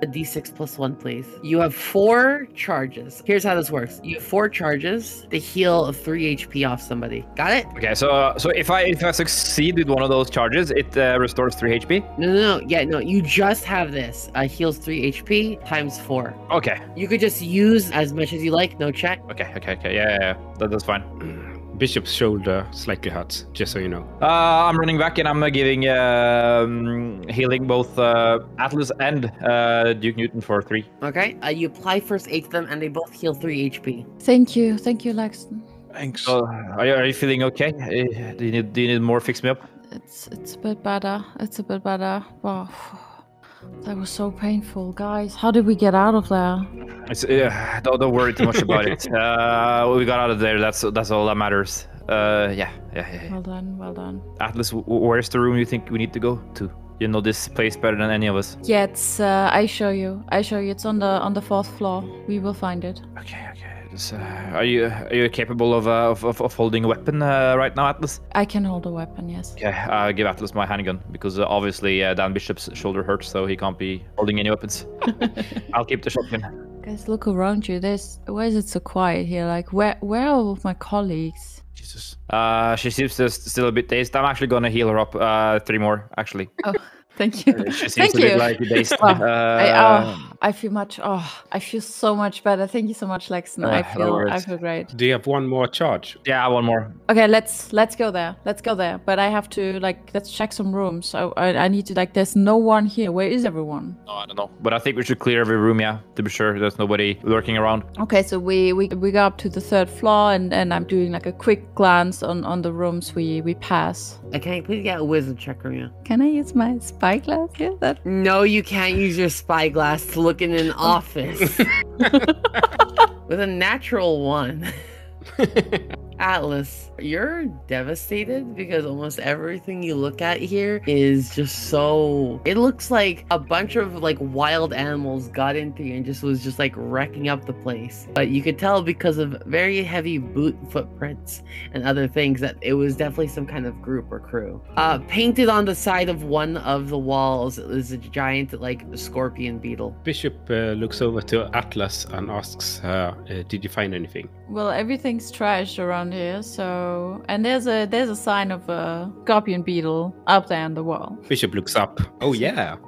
Speaker 2: a d6 plus one, please. You have four charges. Here's how this works you have four charges to heal three HP off somebody. Got it?
Speaker 5: Okay, so so if I if I succeed with one of those charges, it uh, restores three HP.
Speaker 2: No, no, no. Yeah, no. You just have this. Uh, heals three HP times four.
Speaker 5: Okay,
Speaker 2: You could just use as much as you like, no check.
Speaker 5: okay, okay, okay. Yeah, yeah, yeah. That, that's fine.
Speaker 6: Mm. Bishop's shoulder slightly hurts, just so you know.
Speaker 5: Uh, I'm running back and I'm uh, giving um, healing both uh, Atlas and uh, Duke Newton for three.
Speaker 2: Okay? Uh, you apply first aid to them and they both heal three HP.
Speaker 3: Thank you, thank you, Laxton.
Speaker 7: Thanks.
Speaker 5: So, are, you, are you feeling okay? Uh, Do you need do you need more fix me up?
Speaker 3: It's it's a bit better. It's a bit better. Wow, that was so painful, guys. How did we get out of there?
Speaker 5: It's, uh, don't, don't worry too much about it. Uh, we got out of there. That's that's all that matters. Uh, yeah, yeah, yeah. yeah.
Speaker 3: Well done, well done.
Speaker 5: Atlas, w- where's the room you think we need to go to? You know this place better than any of us.
Speaker 3: Yeah, it's. Uh, I show you. I show you. It's on the on the fourth floor. We will find it.
Speaker 5: Okay, okay. Just, uh, are you are you capable of uh, of, of, of holding a weapon uh, right now, Atlas?
Speaker 3: I can hold a weapon. Yes.
Speaker 5: Okay, I give Atlas my handgun because uh, obviously uh, Dan Bishop's shoulder hurts, so he can't be holding any weapons. I'll keep the shotgun.
Speaker 3: Guys, look around you. There's. Why is it so quiet here? Like, where where are all of my colleagues?
Speaker 5: Uh, she seems to s- still a bit dazed. I'm actually gonna heal her up. Uh, three more actually.
Speaker 3: Oh, Thank you.
Speaker 5: She seems
Speaker 3: Thank
Speaker 5: a bit
Speaker 3: you.
Speaker 5: like based,
Speaker 3: Oh, I,
Speaker 5: uh,
Speaker 3: oh, I feel much. Oh, I feel so much better. Thank you so much, Lexan.
Speaker 5: Uh,
Speaker 3: I
Speaker 5: hello,
Speaker 3: feel. I
Speaker 5: Rose.
Speaker 3: feel great.
Speaker 6: Do you have one more charge?
Speaker 5: yeah, one more.
Speaker 3: Okay, let's let's go there. Let's go there. But I have to like let's check some rooms. So I, I need to like. There's no one here. Where is everyone?
Speaker 5: No, I don't know. But I think we should clear every room, yeah, to be sure there's nobody lurking around.
Speaker 3: Okay, so we we, we go up to the third floor, and and I'm doing like a quick glance on on the rooms we we pass.
Speaker 2: Okay, Uh, please get a wisdom check, Rina.
Speaker 3: Can I use my spyglass here? That
Speaker 2: No, you can't use your spyglass to look in an office. With a natural one. Atlas, you're devastated because almost everything you look at here is just so. It looks like a bunch of like wild animals got into you and just was just like wrecking up the place. But you could tell because of very heavy boot footprints and other things that it was definitely some kind of group or crew. Uh, painted on the side of one of the walls is a giant like scorpion beetle.
Speaker 6: Bishop uh, looks over to Atlas and asks her, uh, "Did you find anything?"
Speaker 3: well, everything's trashed around here. So and there's a there's a sign of a scorpion beetle up there on the wall.
Speaker 6: Bishop looks up. Oh yeah.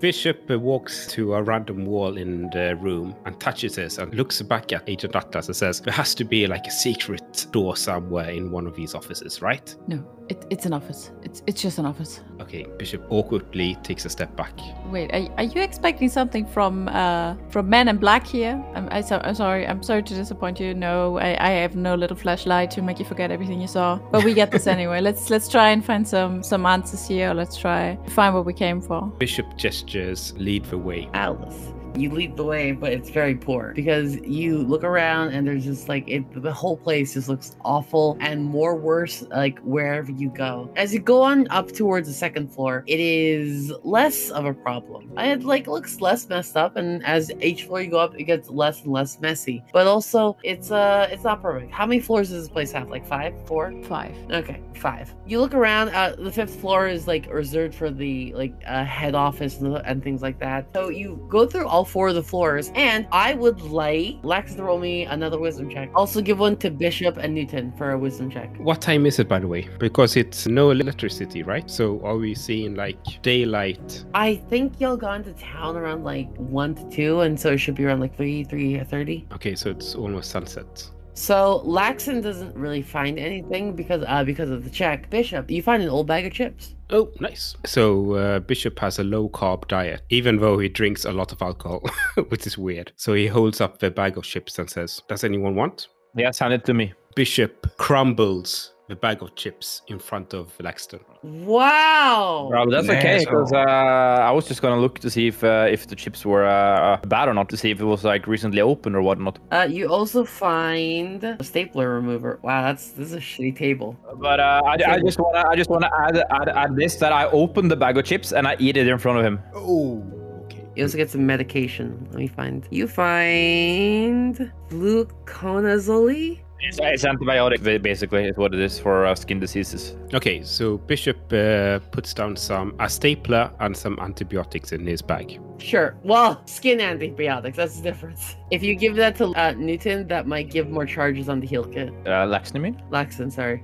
Speaker 6: Bishop uh, walks to a random wall in the room and touches this and looks back at Agent Atlas and says, "There has to be like a secret door somewhere in one of these offices, right?"
Speaker 3: No, it, it's an office. It's it's just an office.
Speaker 6: Okay. Bishop awkwardly takes a step back.
Speaker 3: Wait, are, are you expecting something from uh, from Men in Black here? I'm, I so, I'm sorry. I'm sorry to disappoint you. No, I, I have no little flashlight to make you forget everything you saw. But we get this anyway. Let's let's try and find some some answers here. Or let's try to find what we came for.
Speaker 6: Bishop gestures, "Lead the way."
Speaker 2: Atlas. You lead the way, but it's very poor because you look around and there's just like it, the whole place just looks awful and more worse like wherever you go. As you go on up towards the second floor, it is less of a problem. It like looks less messed up, and as each floor you go up, it gets less and less messy. But also, it's uh, it's not perfect. How many floors does this place have? Like five, four?
Speaker 3: Five.
Speaker 2: Okay, five. You look around. Uh, the fifth floor is like reserved for the like uh, head office and, and things like that. So you go through all four of the floors, and I would like Lex to roll me another wisdom check. Also, give one to Bishop and Newton for a wisdom check.
Speaker 6: What time is it, by the way? Because it's no electricity, right? So are we seeing like daylight?
Speaker 2: I think y'all gone to town around like one to two, and so it should be around like three, three or thirty.
Speaker 6: Okay, so it's almost sunset.
Speaker 2: So Laxon doesn't really find anything because uh because of the check. Bishop, you find an old bag of chips.
Speaker 6: Oh, nice. So uh, Bishop has a low carb diet, even though he drinks a lot of alcohol, which is weird. So he holds up the bag of chips and says, "Does anyone want?"
Speaker 5: Yeah, send it to me.
Speaker 6: Bishop crumbles the bag of chips in front of Laxton.
Speaker 2: Wow.
Speaker 5: Well, that's okay
Speaker 7: Asshole.
Speaker 5: because uh, I was just gonna look to see if uh, if the chips were uh, bad or not, to see if it was like recently opened or whatnot.
Speaker 2: Uh, you also find a stapler remover. Wow, that's this is a shitty table.
Speaker 5: But uh, I, I just wanna I just wanna add, add add this that I open the bag of chips and I eat it in front of him.
Speaker 6: Oh, okay.
Speaker 2: You also get some medication. Let me find. You find gluconazole.
Speaker 5: It's, it's antibiotic ba- basically is what it is for uh, skin diseases.
Speaker 6: Okay, so Bishop uh, puts down some a stapler and some antibiotics in his bag.
Speaker 2: Sure. Well, skin antibiotics. That's the difference. If you give that to uh, Newton, that might give more charges on the heal kit.
Speaker 5: Uh, Laxnamin?
Speaker 2: Laxon, sorry.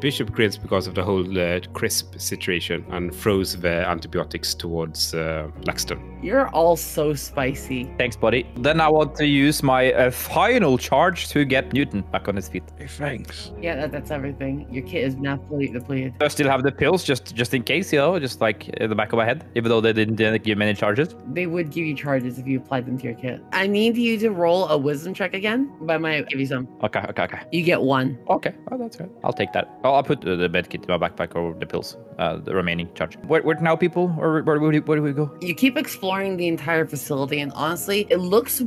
Speaker 6: Bishop grins because of the whole uh, crisp situation and throws the antibiotics towards uh, Laxton.
Speaker 2: You're all so spicy.
Speaker 5: Thanks, buddy. Then I want to use my uh, final charge to get Newton back on his feet.
Speaker 7: Hey, thanks.
Speaker 2: Yeah, that, that's everything. Your kit is now fully depleted.
Speaker 5: I still have the pills just just in case, you know, just like in the back of my head, even though they didn't, didn't give me any charges.
Speaker 2: They would give you charges if you applied them to your kit. I need you to roll a wisdom check again. By my give you some.
Speaker 5: Okay, okay, okay.
Speaker 2: You get one.
Speaker 5: Okay, well, that's good. I'll take that. I'll, I'll put the, the med kit in my backpack or the pills, uh, the remaining charge. Where, where now, people? Or where, where, do- where do we go?
Speaker 2: You keep exploring the entire facility, and honestly, it looks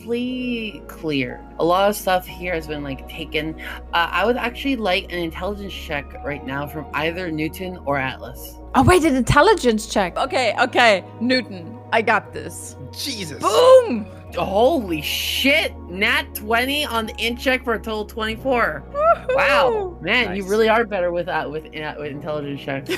Speaker 2: mostly clear. A lot of stuff here has been like taken. Uh, I would actually like an intelligence check right now from either Newton or Atlas.
Speaker 3: Oh wait, an intelligence check. Okay, okay, Newton, I got this.
Speaker 6: Jesus!
Speaker 3: Boom!
Speaker 2: Holy shit! Nat 20 on the int check for a total 24. Wow, man, you
Speaker 6: Nice.
Speaker 2: really are better with that with, uh, with intelligence checks.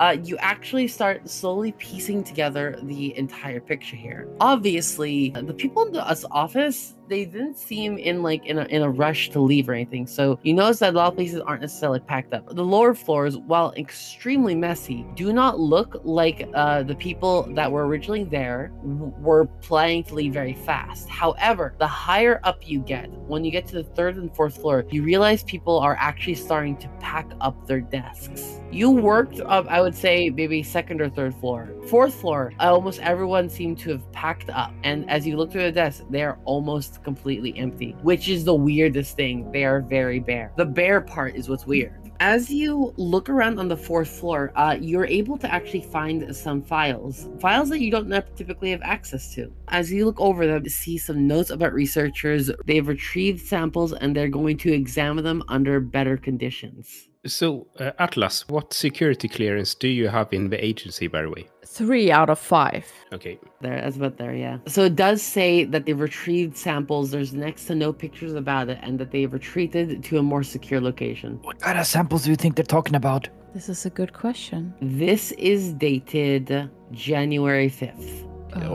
Speaker 2: uh, you actually start slowly piecing together the entire picture here. Obviously, the people in the us office they didn't seem in like in a, in a rush to leave or anything. So you notice that a lot of places aren't necessarily packed up. The lower floors, while extremely messy, do not look like uh, the people that were originally there w- were planning to leave very fast. However, the higher up you get, when you get to the third and fourth floor, you realize people are actually starting to pack up their desks. You worked up, I would say, maybe second or third floor. Fourth floor, uh, almost everyone seemed to have packed up. And as you look through the desk, they are almost completely empty, which is the weirdest thing. They are very bare. The bare part is what's weird. As you look around on the fourth floor, uh, you're able to actually find some files, files that you don't nep- typically have access to. As you look over them, you see some notes about researchers. They've retrieved samples and they're going to examine them under better conditions.
Speaker 6: So, uh, Atlas, what security clearance do you have in the agency, by the way?
Speaker 3: Three out of five.
Speaker 6: Okay.
Speaker 2: There, that's about there, yeah. So it does say that they've retrieved samples. There's next to no pictures about it, and that they've retreated to a more secure location.
Speaker 8: What kind of samples do you think they're talking about?
Speaker 3: This is a good question.
Speaker 2: This is dated January 5th.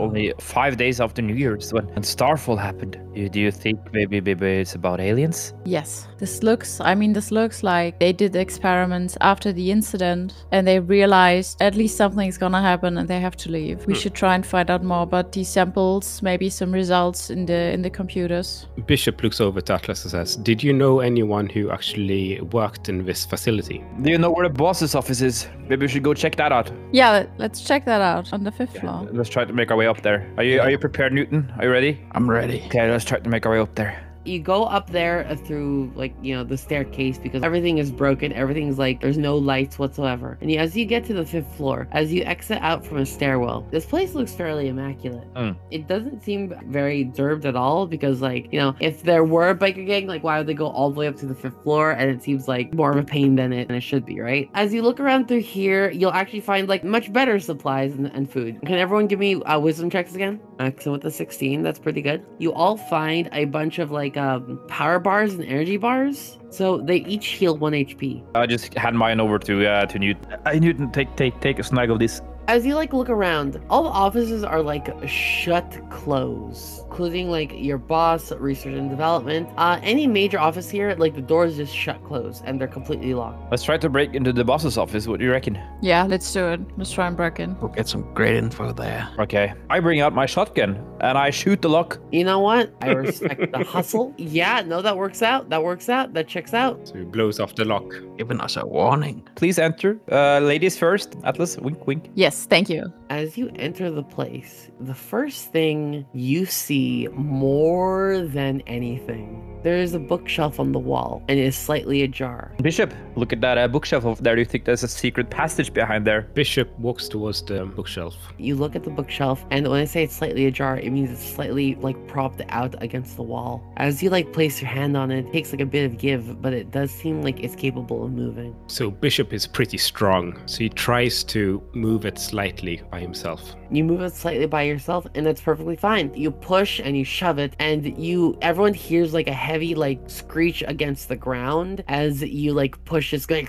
Speaker 8: Only five days after New Year's when, when Starfall happened. You, do you think maybe, maybe it's about aliens?
Speaker 3: Yes. This looks, I mean, this looks like they did experiments after the incident and they realized at least something's gonna happen and they have to leave.
Speaker 5: Hmm.
Speaker 3: We should try and find out more about these samples, maybe some results in the in the computers.
Speaker 6: Bishop looks over to Atlas and says, Did you know anyone who actually worked in this facility?
Speaker 5: Do you know where the boss's office is? Maybe we should go check that out.
Speaker 3: Yeah, let's check that out on the fifth floor.
Speaker 5: Let's try to make our way up there. Are you are you prepared, Newton? Are you ready?
Speaker 7: I'm ready.
Speaker 5: Okay, let's try to make our way up there.
Speaker 2: you go up there uh, through like you know the staircase because everything is broken everything's like there's no lights whatsoever and you- as you get to the fifth floor as you exit out from a stairwell this place looks fairly immaculate
Speaker 5: Mm.
Speaker 2: it doesn't seem very disturbed at all because like you know if there were a biker gang like why would they go all the way up to the fifth floor and it seems like more of a pain than it, than it should be right as you look around through here you'll actually find like much better supplies and, and food can everyone give me uh, wisdom checks again Excellent with the 16, that's pretty good. You all find a bunch of like um, power bars and energy bars. So they each heal 1 HP.
Speaker 5: I just hand mine over to uh, to Newton. I Newton, take take take a snag of this.
Speaker 2: As you like look around, all the offices are like shut close, including like your boss, research and development. Uh, any major office here, like the doors just shut close and they're completely locked.
Speaker 5: Let's try to break into the boss's office. What do you reckon?
Speaker 3: Yeah, let's do it. Let's try and break in.
Speaker 7: We'll get some great info there.
Speaker 5: Okay. I bring out my shotgun and I shoot the lock.
Speaker 2: You know what? I respect the hustle. Yeah, no, that works out. That works out. That checks out.
Speaker 6: So he blows off the lock.
Speaker 4: Giving us a warning.
Speaker 5: Please enter. Uh, ladies first. Atlas, wink, wink.
Speaker 3: Yes, thank you.
Speaker 2: As you enter the place, the first thing you see more than anything, there is a bookshelf on the wall and it is slightly ajar.
Speaker 5: Bishop, look at that uh, bookshelf over there. Do you think there's a secret passage behind there?
Speaker 6: Bishop walks towards the bookshelf.
Speaker 2: You look at the bookshelf, and when I say it's slightly ajar, it means it's slightly like propped out against the wall. As you like place your hand on it, it takes like a bit of give, but it does seem like it's capable of moving.
Speaker 6: So Bishop is pretty strong, so he tries to move it slightly by himself.
Speaker 2: You move it slightly by yourself, and that's perfectly fine. You push and you shove it, and you everyone hears like a heavy like screech against the ground as you like push. It's going,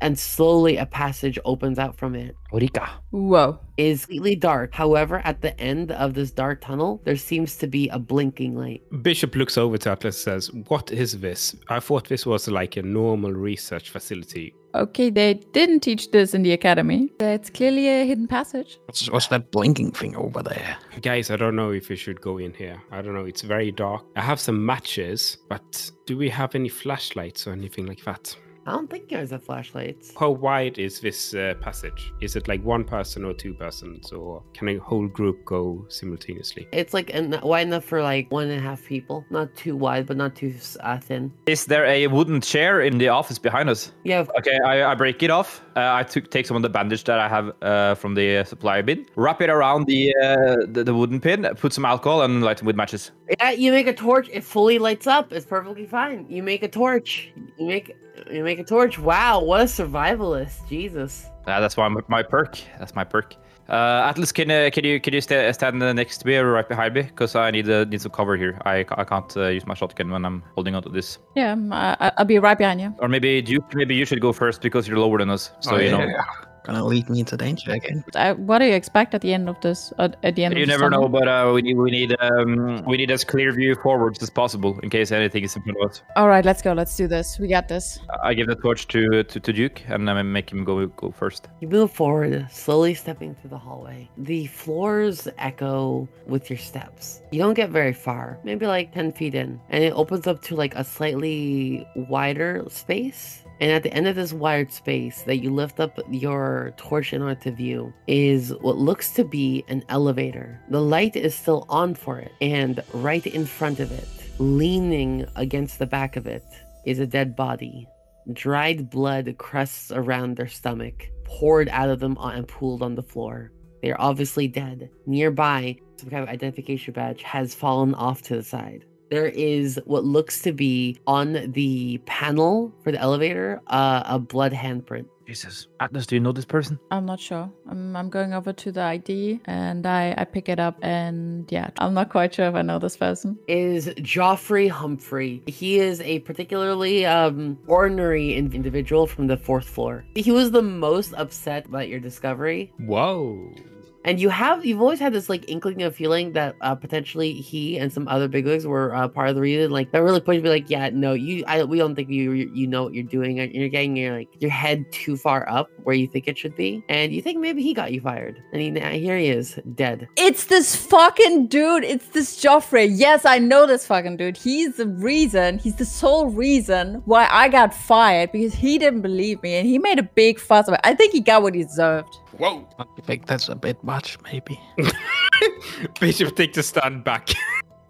Speaker 2: and slowly a passage opens out from it.
Speaker 5: Orika.
Speaker 3: Whoa.
Speaker 2: It is completely dark. However, at the end of this dark tunnel, there seems to be a blinking light.
Speaker 6: Bishop looks over to Atlas and says, What is this? I thought this was like a normal research facility.
Speaker 3: Okay, they didn't teach this in the academy. That's clearly a hidden passage.
Speaker 4: What's, what's that blinking thing over there?
Speaker 6: Guys, I don't know if we should go in here. I don't know. It's very dark. I have some matches, but do we have any flashlights or anything like that?
Speaker 2: I don't think you guys have flashlights.
Speaker 6: How wide is this uh, passage? Is it like one person or two persons, or can a whole group go simultaneously?
Speaker 2: It's like en- wide enough for like one and a half people. Not too wide, but not too uh, thin.
Speaker 5: Is there a wooden chair in the office behind us?
Speaker 2: Yeah, of
Speaker 5: Okay, I, I break it off. Uh, I took take some of the bandage that I have uh, from the uh, supply bin, wrap it around the, uh, the the wooden pin, put some alcohol, and light it with matches.
Speaker 2: Yeah, you make a torch. It fully lights up. It's perfectly fine. You make a torch. You make you make a torch. Wow, what a survivalist! Jesus.
Speaker 5: Uh, that's why my, my perk. That's my perk. Uh, Uh, Atlas, can uh, can you can you sta stand uh, next to me or right behind me? Because I need uh, need some cover here. I, ca- I can't uh, use my shotgun when I'm holding onto this.
Speaker 3: Yeah, um, I, I- I'll be right behind you.
Speaker 5: Or maybe you maybe you should go first because you're lower than us. So
Speaker 4: Oh,
Speaker 5: you
Speaker 4: yeah,
Speaker 5: know
Speaker 4: yeah.
Speaker 7: Gonna lead me into danger again.
Speaker 3: I, Uh, what do you expect at the end of this? At, at the end,
Speaker 5: you
Speaker 3: of the
Speaker 5: never know.
Speaker 3: summit?
Speaker 5: But uh, we need we need um, we need as clear view forwards as possible in case anything is in front of us.
Speaker 3: All right, let's go. Let's do this. We got this.
Speaker 5: I give the torch to to, to Duke and I make him go go first.
Speaker 2: You move forward, slowly stepping through the hallway. The floors echo with your steps. You don't get very far, maybe like 10 feet in, and it opens up to like a slightly wider space. And at the end of this wide space that you lift up your torch in order to view is what looks to be an elevator. The light is still on for it, and right in front of it, leaning against the back of it, is a dead body. Dried blood crusts around their stomach, poured out of them and pooled on the floor. They are obviously dead. Nearby, some kind of identification badge has fallen off to the side. There is what looks to be on the panel for the elevator uh, a blood handprint.
Speaker 5: Jesus, Atlas, do you know this person?
Speaker 3: I'm not sure. I'm, I'm going over to the ID and I, I pick it up and yeah, I'm not quite sure if I know this person.
Speaker 2: is Joffrey Humphrey. He is a particularly um, ordinary in- individual from the fourth floor. He was the most upset about your discovery,
Speaker 6: Whoa.
Speaker 2: and you have you've always had this like inkling of feeling that uh, potentially he and some other bigwigs were uh, part of the reason. Like that really pushed me. Like, yeah, no, you, I, we don't think you you know what you're doing. and You're getting your like your head too far up where you think it should be, and you think maybe he got you fired. And he, here he is, dead.
Speaker 3: It's this fucking dude. It's this Joffrey. Yes, I know this fucking dude. He's the reason, he's the sole reason why I got fired because he didn't believe me and he made a big fuss about it. I think he got what he deserved.
Speaker 6: Whoa.
Speaker 7: You think that's a bit much, maybe?
Speaker 6: Bishop take the stand back.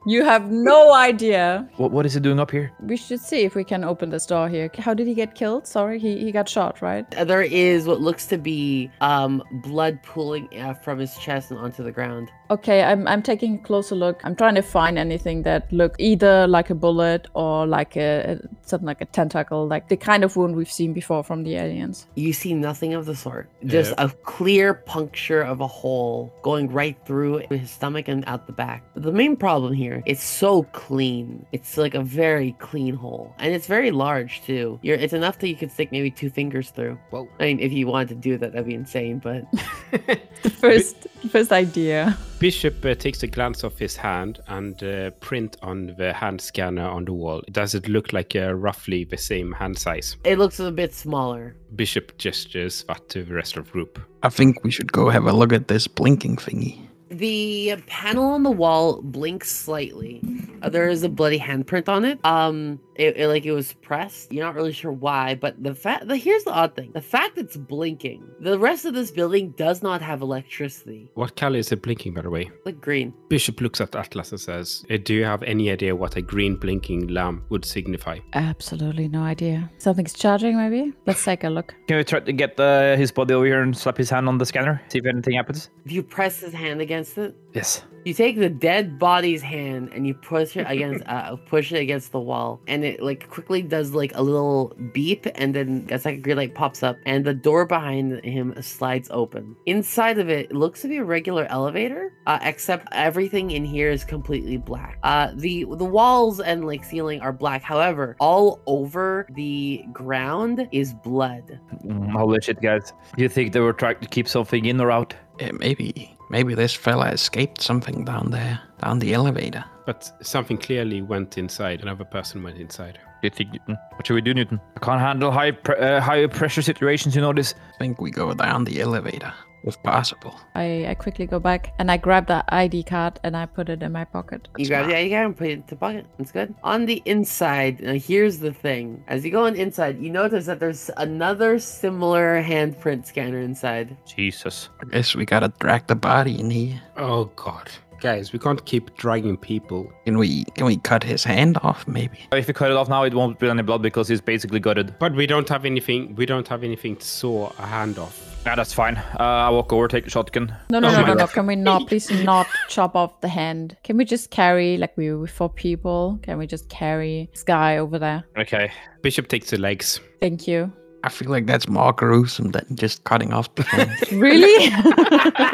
Speaker 3: You have no idea.
Speaker 5: What what is he doing up here?
Speaker 3: We should see if we can open this door here. How did he get killed? Sorry, he, he got shot, right?
Speaker 2: Uh, There is what looks to be um, blood pooling uh, from his chest and onto the ground.
Speaker 3: Okay, I'm, I'm taking a closer look. I'm trying to find anything that look either like a bullet or like a, a- something like a tentacle, like the kind of wound we've seen before from the aliens.
Speaker 2: You see nothing of the sort. Just a clear puncture of a hole going right through his stomach and out the back. The main problem here, it's so clean. It's like a very clean hole, and it's very large too. You're, it's enough that you could stick maybe two fingers through.
Speaker 4: Whoa.
Speaker 2: I mean, if you wanted to do that, that'd be insane. But
Speaker 3: The first first idea.
Speaker 6: Bishop uh, takes a glance off his hand and uh, print on the hand scanner on the wall. Does it look like uh, roughly the same hand size?
Speaker 2: it looks a bit smaller.
Speaker 6: Bishop gestures that to the rest of the group.
Speaker 7: I think we should go have a look at this blinking thingy.
Speaker 2: The panel on the wall blinks slightly. Uh, There is a bloody handprint on it. Um, it, it- like it was pressed. You're not really sure why, but the fact the here's the odd thing: the fact it's blinking. The rest of this building does not have electricity.
Speaker 6: What color is it blinking, by the way?
Speaker 2: Like green.
Speaker 6: Bishop looks at Atlas and says, "Uh, Do you have any idea what a green blinking lamp would signify?
Speaker 3: Absolutely no idea. Something's charging, maybe? Let's take a look.
Speaker 5: Can we try to get uh, his body over here and slap his hand on the scanner? See if anything happens?
Speaker 2: If you press his hand against it,
Speaker 5: Yes.
Speaker 2: you take the dead body's hand and you push it against uh, push it against the wall, and it like quickly does like a little beep, and then a second green light pops up, and the door behind him slides open. Inside of it, it looks to be a regular elevator, uh, except everything in here is completely black. Uh, the the walls and like ceiling are black. However, all over the ground is blood.
Speaker 5: Mm, Holy shit, guys. Do you think they were trying to keep something in or out?
Speaker 7: Yeah, maybe, maybe this fella escaped something down there, down the elevator.
Speaker 6: But something clearly went inside. Another person went inside.
Speaker 5: Do you think, Newton? What should we do, Newton? I can't handle high pre- uh, high pressure situations, you know this.
Speaker 7: I think we go down the elevator, if possible.
Speaker 3: I, I quickly go back and I grab that ID card and I put it in my pocket.
Speaker 2: You grab the yeah, and put it into bucket. That's good. On the inside, now here's the thing. As you go on inside, you notice that there's another similar handprint scanner inside.
Speaker 5: Jesus.
Speaker 7: I guess we gotta drag the body in here.
Speaker 6: Oh God, guys, we can't keep dragging people.
Speaker 7: Can we can we cut his hand off maybe?
Speaker 5: If we cut it off now, it won't be any blood because he's basically gutted.
Speaker 6: But we don't have anything. We don't have anything to saw a hand off.
Speaker 5: Yeah, that's fine. Uh, I walk over, take the shotgun.
Speaker 3: No, no,
Speaker 6: Oh
Speaker 3: no,
Speaker 6: my
Speaker 3: no, no.
Speaker 6: God.
Speaker 3: Can we not, please, not chop off the hand? Can we just carry, like we were with four people? Can we just carry this guy over there?
Speaker 5: Okay.
Speaker 6: Bishop takes the legs.
Speaker 3: Thank you.
Speaker 7: I feel like that's more gruesome than just cutting off the hand.
Speaker 3: Really?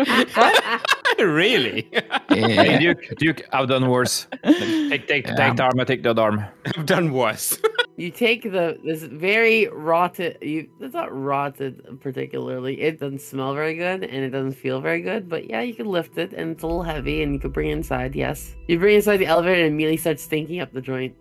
Speaker 6: really?
Speaker 7: yeah.
Speaker 5: Duke, Duke, I've done worse. Take, take,
Speaker 7: Yeah.
Speaker 5: take the arm. I take the other arm.
Speaker 6: I've done worse.
Speaker 2: You take the this very rotted. You it's not rotted particularly. It doesn't smell very good and it doesn't feel very good. But yeah, you can lift it and it's a little heavy and you can bring it inside. Yes, you bring it inside the elevator and immediately starts stinking up the joint.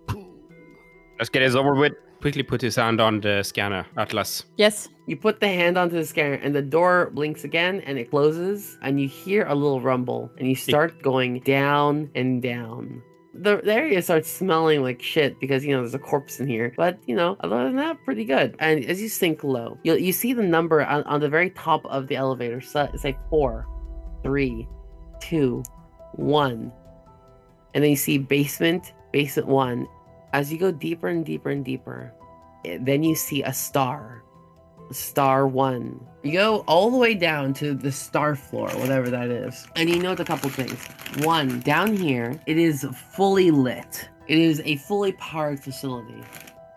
Speaker 5: Let's get this over with.
Speaker 6: Quickly put his hand on the scanner, Atlas.
Speaker 3: yes.
Speaker 2: You put the hand onto the scanner and the door blinks again and it closes and you hear a little rumble and you start going down and down. The, the area starts smelling like shit because you know there's a corpse in here. But you know, other than that, pretty good. And as you sink low, you you see the number on, on the very top of the elevator. So it's like four, three, two, one, and then you see basement, basement one. As you go deeper and deeper and deeper, eh, then you see a star star one. You go all the way down to the star floor, whatever that is. And you note a couple things. One, down here, it is fully lit, it is a fully powered facility.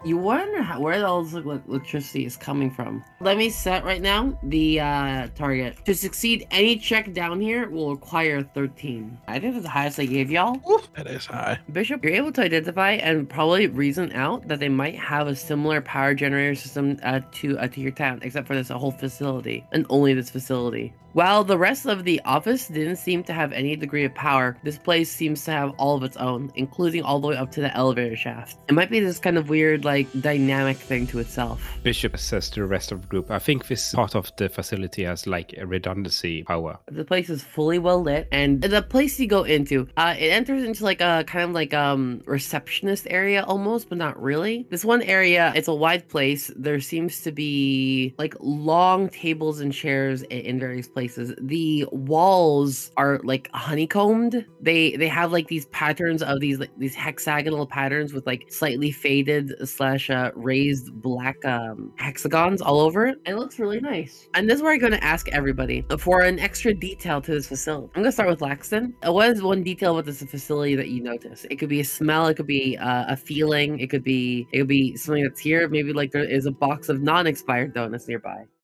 Speaker 2: You wonder how, where all this elec- electricity is coming from. Let me set right now the uh, target. To succeed any check down here will require 13. I think that's the highest I gave y'all.
Speaker 7: That is high.
Speaker 2: Bishop, you're able to identify and probably reason out that they might have a similar power generator system uh, to uh, to your town, except for this whole facility and only this facility. While the rest of the office didn't seem to have any degree of power, this place seems to have all of its own, including all the way up to the elevator shaft. It might be this kind of weird, like dynamic thing to itself.
Speaker 6: Bishop says to the rest of the group, I think this part of the facility has like a redundancy power.
Speaker 2: The place is fully well lit, and the place you go into, uh, it enters into like a kind of like um receptionist area almost, but not really. This one area, it's a wide place. There seems to be like long tables and chairs i- in various places. The walls are like honeycombed. They they have like these patterns of these like, these hexagonal patterns with like slightly faded slash uh, raised black um, hexagons all over it. It looks really nice. And this is where I'm going to ask everybody for an extra detail to this facility. I'm going to start with Laxton. Uh, What is one detail about this facility that you notice? It could be a smell. It could be uh, a feeling. It could be it could be something that's here. Maybe like there is a box of non-expired donuts nearby.